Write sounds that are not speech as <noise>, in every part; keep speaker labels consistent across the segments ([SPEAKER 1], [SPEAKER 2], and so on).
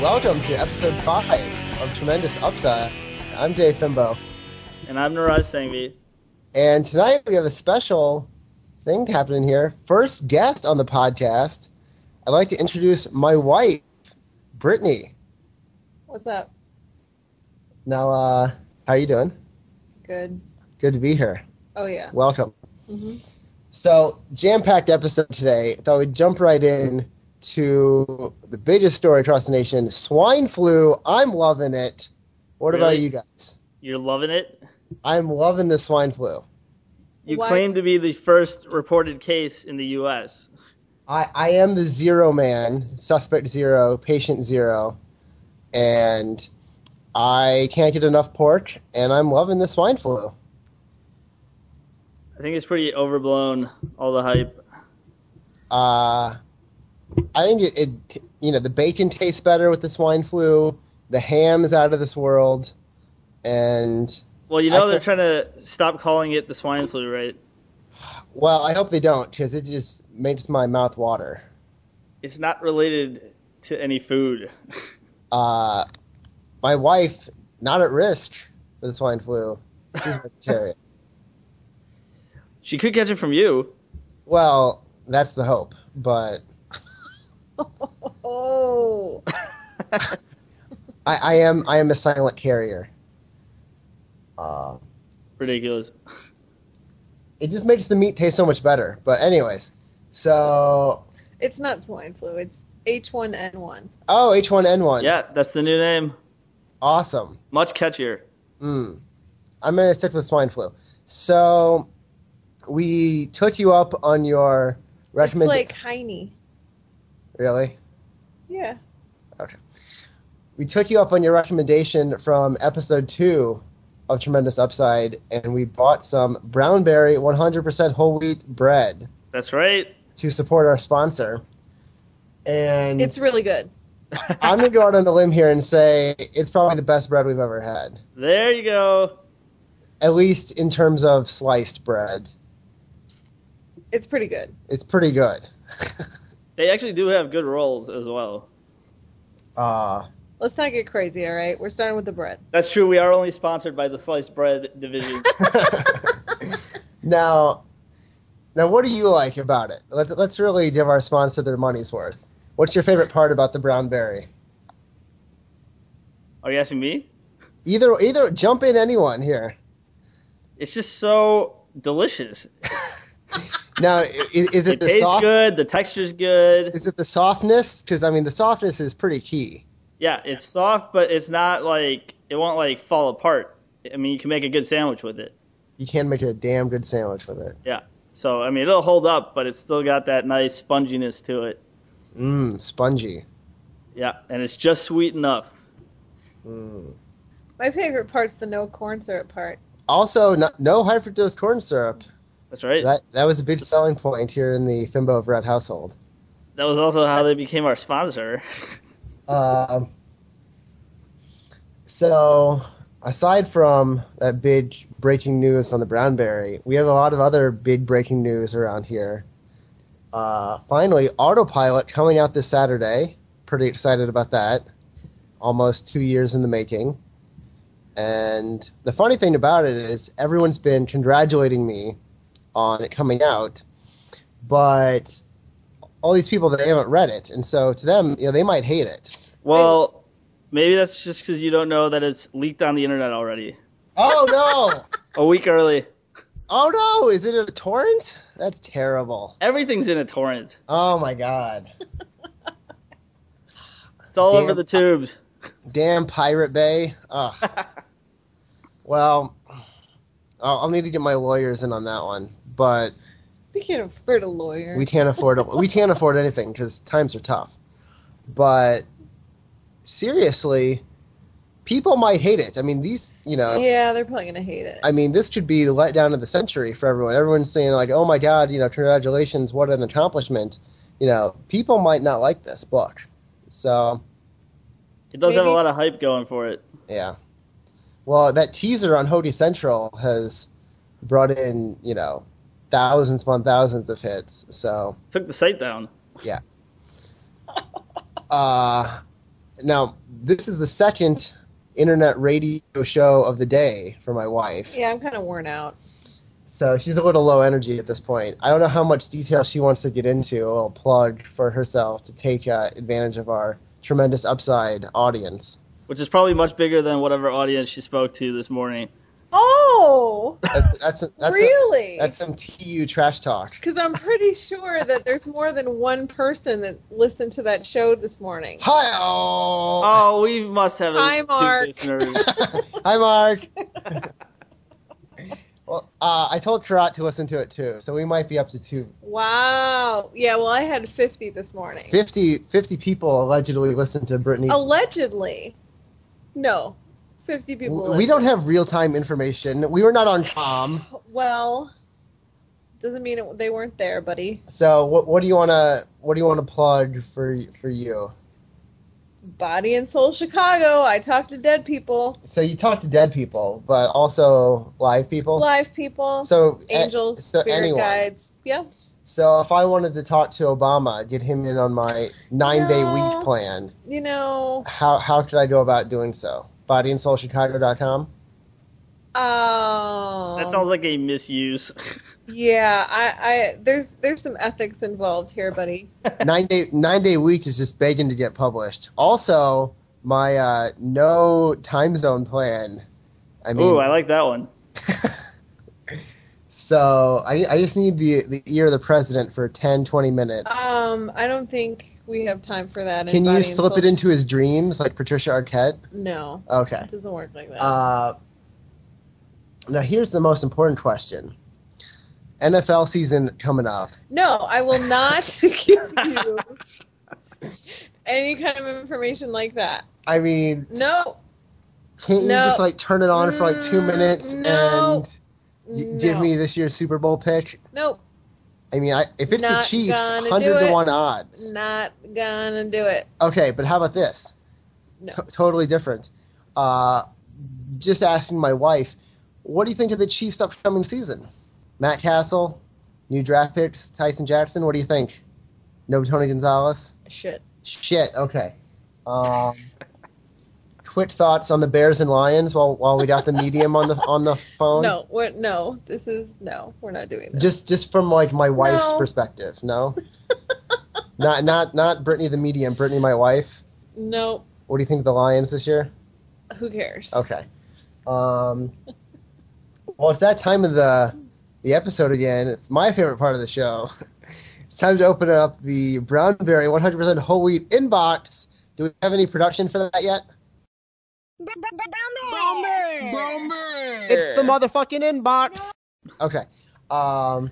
[SPEAKER 1] welcome to episode 5 of Tremendous Upside. I'm Dave Fimbo.
[SPEAKER 2] And I'm Niraj Sangvi.
[SPEAKER 1] And tonight we have a special thing happening here. First guest on the podcast, I'd like to introduce my wife, Brittany.
[SPEAKER 3] What's up?
[SPEAKER 1] Now, uh, how are you doing?
[SPEAKER 3] Good.
[SPEAKER 1] Good to be here.
[SPEAKER 3] Oh yeah.
[SPEAKER 1] Welcome.
[SPEAKER 3] hmm
[SPEAKER 1] So, jam packed episode today. Thought we'd jump right in to the biggest story across the nation swine flu. I'm loving it. What about
[SPEAKER 2] Really?
[SPEAKER 1] you guys?
[SPEAKER 2] You're loving it.
[SPEAKER 1] I'm loving the swine flu.
[SPEAKER 2] You
[SPEAKER 3] Why-
[SPEAKER 2] claim to be the first reported case in the U.S.
[SPEAKER 1] I, I am the zero man, suspect zero, patient zero, and I can't get enough pork, and I'm loving the swine flu.
[SPEAKER 2] I think it's pretty overblown, all the hype.
[SPEAKER 1] Uh, I think it, it, you know, the bacon tastes better with the swine flu, the ham is out of this world, and,
[SPEAKER 2] Well, you
[SPEAKER 1] I
[SPEAKER 2] know they're
[SPEAKER 1] thi-
[SPEAKER 2] trying to stop calling it the swine flu, right?
[SPEAKER 1] well, I hope they don't, because it just makes my mouth water.
[SPEAKER 2] It's not related to any food.
[SPEAKER 1] Uh, my wife, not at risk for the swine flu, she's vegetarian.
[SPEAKER 2] She could catch it from you. <laughs>
[SPEAKER 1] Well, that's the hope, but
[SPEAKER 3] <laughs> Oh.
[SPEAKER 1] I, I am I am a silent carrier. Uh,
[SPEAKER 2] Ridiculous.
[SPEAKER 1] it just makes the meat taste so much better. But anyways, so
[SPEAKER 3] It's not swine flu. It's H1N1.
[SPEAKER 1] oh H1N1,
[SPEAKER 2] Yeah, that's the new name.
[SPEAKER 1] awesome.
[SPEAKER 2] Much catchier.
[SPEAKER 1] Mm. I'm gonna stick with swine flu. So we took you up on your recommended.
[SPEAKER 3] It's like Heine.
[SPEAKER 1] really,
[SPEAKER 3] Yeah.
[SPEAKER 1] we took you up on your recommendation from episode two of Tremendous Upside, and we bought some brown berry 100% whole wheat bread.
[SPEAKER 2] That's right.
[SPEAKER 1] to support our sponsor. And
[SPEAKER 3] It's really good.
[SPEAKER 1] <laughs> I'm going to go out on a limb here and say it's probably the best bread we've ever had,
[SPEAKER 2] <laughs> there you go.
[SPEAKER 1] at least in terms of sliced bread.
[SPEAKER 3] It's pretty good.
[SPEAKER 1] It's pretty good. <laughs>
[SPEAKER 2] They actually do have good rolls as well.
[SPEAKER 1] uh, <laughs>
[SPEAKER 3] Let's not get crazy, all right? We're starting with the bread.
[SPEAKER 2] That's true. We are only sponsored by the sliced bread
[SPEAKER 1] <laughs>
[SPEAKER 2] division.
[SPEAKER 1] now, now, what do you like about it? Let's, let's really give our sponsor their money's worth. What's your favorite part about the brown berry?
[SPEAKER 2] are you asking me?
[SPEAKER 1] Either, either jump in anyone here.
[SPEAKER 2] It's just so delicious.
[SPEAKER 1] Now, i- is, is it,
[SPEAKER 2] It
[SPEAKER 1] the
[SPEAKER 2] tastes
[SPEAKER 1] soft?
[SPEAKER 2] good. The texture's good.
[SPEAKER 1] Is it the softness? Because I mean, the softness is pretty key.
[SPEAKER 2] Yeah, it's soft, but it's not like it won't like fall apart. I mean, you can make a good sandwich with it.
[SPEAKER 1] You can make a damn good sandwich with it.
[SPEAKER 2] So I mean, it'll hold up, but it's still got that nice sponginess to it.
[SPEAKER 1] Mmm, spongy.
[SPEAKER 2] Yeah, and it's just sweet enough.
[SPEAKER 1] Mm.
[SPEAKER 3] My favorite part's the no corn syrup part.
[SPEAKER 1] Also, no, no hyperdose corn syrup.
[SPEAKER 2] That's right. That,
[SPEAKER 1] That that was a big selling point here in the Fimbo of Red household.
[SPEAKER 2] was also how they became our sponsor. <laughs>
[SPEAKER 1] Um, so, aside from that big breaking news on the Brownberry, we have a lot of other big breaking news around here. Uh, finally, Autopilot coming out this Saturday. Pretty excited about that. Almost two years in the making. And the funny thing about it is, everyone's been congratulating me on it coming out, but all these people that haven't read it, and so to them, you know, they might hate it.
[SPEAKER 2] Well, maybe that's just because you don't know that it's leaked on the internet already.
[SPEAKER 1] Oh no!
[SPEAKER 2] A week early.
[SPEAKER 1] Oh no! Is it a torrent? That's terrible.
[SPEAKER 2] Everything's in a torrent.
[SPEAKER 1] Oh my god!
[SPEAKER 2] It's all
[SPEAKER 1] Damn.
[SPEAKER 2] over
[SPEAKER 1] <laughs>
[SPEAKER 2] the tubes.
[SPEAKER 1] Damn Pirate Bay. Ugh. Well, I'll, I'll need to get my lawyers in on that one. But
[SPEAKER 3] We can't afford a lawyer.
[SPEAKER 1] we can't afford we can't afford anything because times are tough. But seriously, people might hate it. I mean, these you know.
[SPEAKER 3] yeah, they're probably gonna hate it.
[SPEAKER 1] uh, I mean, this could be the letdown of the century for everyone. Everyone's saying like, "Oh my God, you know, congratulations, what an accomplishment!" You know, people might not like this book, so
[SPEAKER 2] It does have a
[SPEAKER 3] Maybe-
[SPEAKER 2] lot of hype going for it.
[SPEAKER 1] yeah. Well, that teaser on Hody Central has brought in you know thousands upon thousands of hits. So
[SPEAKER 2] Took the site down.
[SPEAKER 1] uh, Now, this is the second internet radio show of the day for my wife.
[SPEAKER 3] Yeah, I'm kind of worn out.
[SPEAKER 1] So she's a little low energy at this point. I don't know how much detail she wants to get into. A little plug for herself to take uh, advantage of our tremendous upside audience.
[SPEAKER 2] which is probably much bigger than whatever audience she spoke to this morning.
[SPEAKER 3] Oh,
[SPEAKER 1] That's that's that's,
[SPEAKER 3] really?
[SPEAKER 1] that's some tu trash talk.
[SPEAKER 3] Because I'm pretty sure that there's more than one person that listened to that show this morning.
[SPEAKER 1] Hi,
[SPEAKER 2] Oh, we must have at
[SPEAKER 3] Hi,
[SPEAKER 2] least two
[SPEAKER 3] Mark.
[SPEAKER 2] listeners.
[SPEAKER 3] Oh.
[SPEAKER 1] <laughs> Hi, Mark. <laughs> well, uh, I told Karat to listen to it too, so we might be up to two
[SPEAKER 3] Wow. Yeah, well, I had 50 this morning.
[SPEAKER 1] 50, 50 people allegedly listen to Brittany.
[SPEAKER 3] Allegedly. No. 50 people.
[SPEAKER 1] W- we
[SPEAKER 3] listened.
[SPEAKER 1] don't have real time information. We were not on com.
[SPEAKER 3] Well, doesn't mean it, they weren't there, buddy.
[SPEAKER 1] So what what do you wanna what do you wanna plug for y- for you?
[SPEAKER 3] Body and Soul Chicago. I talk to dead people,
[SPEAKER 1] So you talk to dead people, but also live people.
[SPEAKER 3] live people,
[SPEAKER 1] So a-
[SPEAKER 3] angels,
[SPEAKER 1] so
[SPEAKER 3] spirit
[SPEAKER 1] anyone.
[SPEAKER 3] guides. Yeah.
[SPEAKER 1] So if I wanted to talk to Obama, get him in on my nine day
[SPEAKER 3] No.
[SPEAKER 1] week plan.
[SPEAKER 3] You know,
[SPEAKER 1] How how could I go about doing so?
[SPEAKER 3] <laughs>
[SPEAKER 1] Bodyandsoulchicago.com.
[SPEAKER 3] um,
[SPEAKER 2] that sounds like a misuse.
[SPEAKER 3] Yeah, I, I, there's, there's some ethics involved here, buddy.
[SPEAKER 1] nine day nine day week is just begging to get published. Also, my uh, no time zone plan. I mean,
[SPEAKER 2] Ooh, I like
[SPEAKER 1] <laughs>
[SPEAKER 2] that one.
[SPEAKER 1] so I, I just need the the ear of the president for 10, 20 minutes.
[SPEAKER 3] Um, I don't think we have time for that. in
[SPEAKER 1] Can
[SPEAKER 3] Body
[SPEAKER 1] you
[SPEAKER 3] and
[SPEAKER 1] slip
[SPEAKER 3] Soul-
[SPEAKER 1] it into his dreams like Patricia Arquette?
[SPEAKER 3] No,
[SPEAKER 1] Okay.
[SPEAKER 3] it doesn't work like that.
[SPEAKER 1] Uh, now here's the most important question. NFL season coming up.
[SPEAKER 3] No, I
[SPEAKER 1] <laughs>
[SPEAKER 3] will not give you any kind of information like that.
[SPEAKER 1] I mean,
[SPEAKER 3] No,
[SPEAKER 1] can't you
[SPEAKER 3] No.
[SPEAKER 1] just like turn it on for like two
[SPEAKER 3] Mm,
[SPEAKER 1] minutes
[SPEAKER 3] no.
[SPEAKER 1] and y-
[SPEAKER 3] no,
[SPEAKER 1] give me this year's Super Bowl pick?
[SPEAKER 3] nope,
[SPEAKER 1] I mean, I, if it's
[SPEAKER 3] Not
[SPEAKER 1] the Chiefs,
[SPEAKER 3] gonna do
[SPEAKER 1] hundred to
[SPEAKER 3] it.
[SPEAKER 1] one odds.
[SPEAKER 3] not gonna do it.
[SPEAKER 1] Okay, but how about this?
[SPEAKER 3] No.
[SPEAKER 1] To- totally different. Uh, just asking my wife, what do you think of the Chiefs' upcoming season? Matt Castle, new draft picks, Tyson Jackson. What do you think? No Tony Gonzalez.
[SPEAKER 3] Shit.
[SPEAKER 1] Shit. Okay.
[SPEAKER 3] <laughs>
[SPEAKER 1] Um, quick thoughts on the Bears and Lions while while we got the medium on the on the phone.
[SPEAKER 3] No, we're, no, this is no, we're not doing this.
[SPEAKER 1] Um, Just just from like my wife's
[SPEAKER 3] No.
[SPEAKER 1] perspective,
[SPEAKER 3] <laughs>
[SPEAKER 1] no. not not not Brittany the medium, Brittany my wife.
[SPEAKER 3] no,
[SPEAKER 1] What do you think of the Lions this year?
[SPEAKER 3] who cares?
[SPEAKER 1] Okay. Um, well, it's that time of the the episode again. It's my favorite part of the show. <laughs> It's time to open up the Brownberry 100% whole wheat inbox. Do we have any production for that yet?
[SPEAKER 3] Bomber!
[SPEAKER 1] It's the motherfucking inbox. Okay. Um,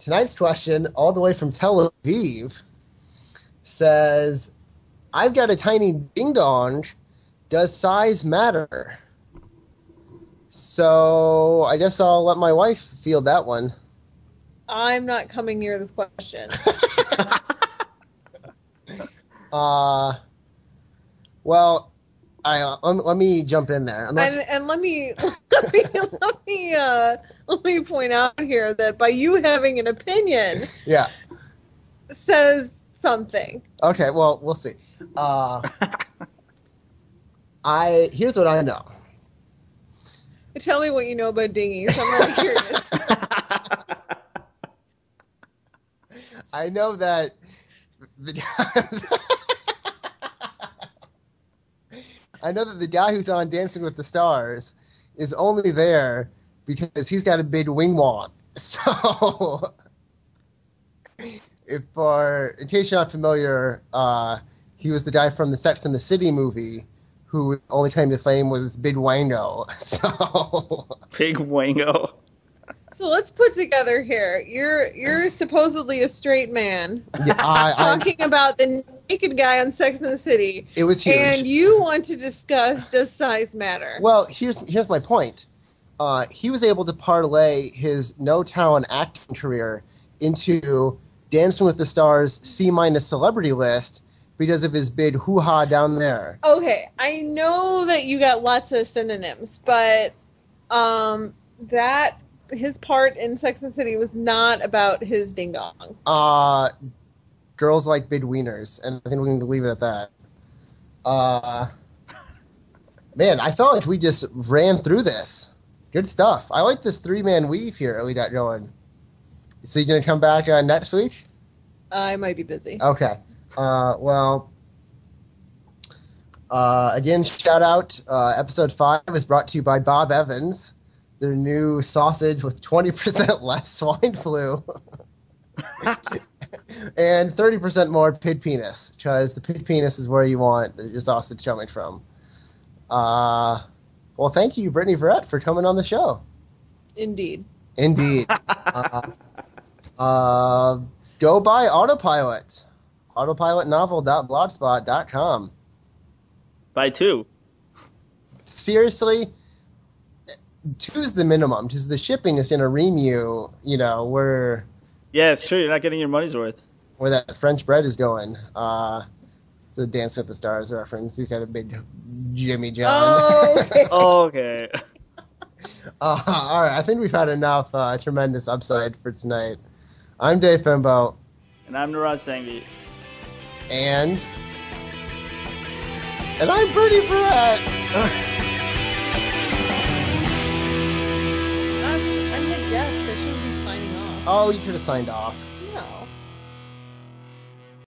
[SPEAKER 1] tonight's question, all the way from Tel Aviv, says, "I've got a tiny ding dong. Does size matter?" So I guess I'll let my wife field that one.
[SPEAKER 3] I'm not coming near this question.
[SPEAKER 1] Uh, well, I uh, let, let me jump in there. Unless,
[SPEAKER 3] And, and let me <laughs> let me let me, uh, let me point out here that by you having an opinion
[SPEAKER 1] yeah.
[SPEAKER 3] says something.
[SPEAKER 1] Okay, well, we'll see. Uh, I here's what I know.
[SPEAKER 3] Tell me what you know about dinghies. I'm really curious.
[SPEAKER 1] <laughs> I know that. The, <laughs> I know that the guy who's on Dancing with the Stars is only there because he's got a big wing wong. <laughs> So, if for in case you're not familiar, uh, he was the guy from the Sex and the City movie who only claim to fame was Big Wango. <laughs> So.
[SPEAKER 2] Big wango.
[SPEAKER 3] So let's put together here. You're you're supposedly a straight man
[SPEAKER 1] Yeah, I,
[SPEAKER 3] <laughs>
[SPEAKER 1] I,
[SPEAKER 3] talking about the naked guy on Sex and the City,
[SPEAKER 1] it was huge.
[SPEAKER 3] and you want to discuss does size matter?
[SPEAKER 1] well, here's here's my point. Uh, he was able to parlay his no talent acting career into Dancing with the Stars C minus celebrity list because of his bid hoo ha down there.
[SPEAKER 3] Okay, I know that you got lots of synonyms, but um, that his part in Sex and the City was not about his ding dong.
[SPEAKER 1] Uh, girls like big wieners, and I think we can leave it at that. Uh, man, I felt like we just ran through this. Good stuff. I like this three man weave here that we got going. So you gonna come back uh, next week?
[SPEAKER 3] I might be busy.
[SPEAKER 1] Okay. Uh, well, uh, again, shout out. Uh, episode 5 is brought to you by Bob Evans, their new sausage with 20% <laughs> less swine flu <laughs> and 30% more pig penis, because the pig penis is where you want your sausage coming from. Uh, well, thank you, Brittany Verrett, for coming on the show.
[SPEAKER 3] Indeed.
[SPEAKER 1] Indeed. uh, uh, go buy Autopilot. Autopilotnovel.blogspot.com.
[SPEAKER 2] By two.
[SPEAKER 1] Seriously, two's the minimum because the shipping is going to ream you, you know, where
[SPEAKER 2] Yeah, it's true. You're not getting your
[SPEAKER 1] <laughs>
[SPEAKER 2] money's worth.
[SPEAKER 1] where that French bread is going. Uh, it's a Dance with the Stars reference. He's got a big Jimmy John.
[SPEAKER 3] Oh, okay.
[SPEAKER 2] Okay.
[SPEAKER 1] <laughs> Uh, all right, I think we've had enough uh, tremendous upside for tonight. I'm Dave Fembo,
[SPEAKER 2] And I'm Naraj Sangi.
[SPEAKER 1] and and I'm Bernie Brett.
[SPEAKER 3] I'm, I'm the guest. I should be signing off.
[SPEAKER 1] Oh, you could have signed off.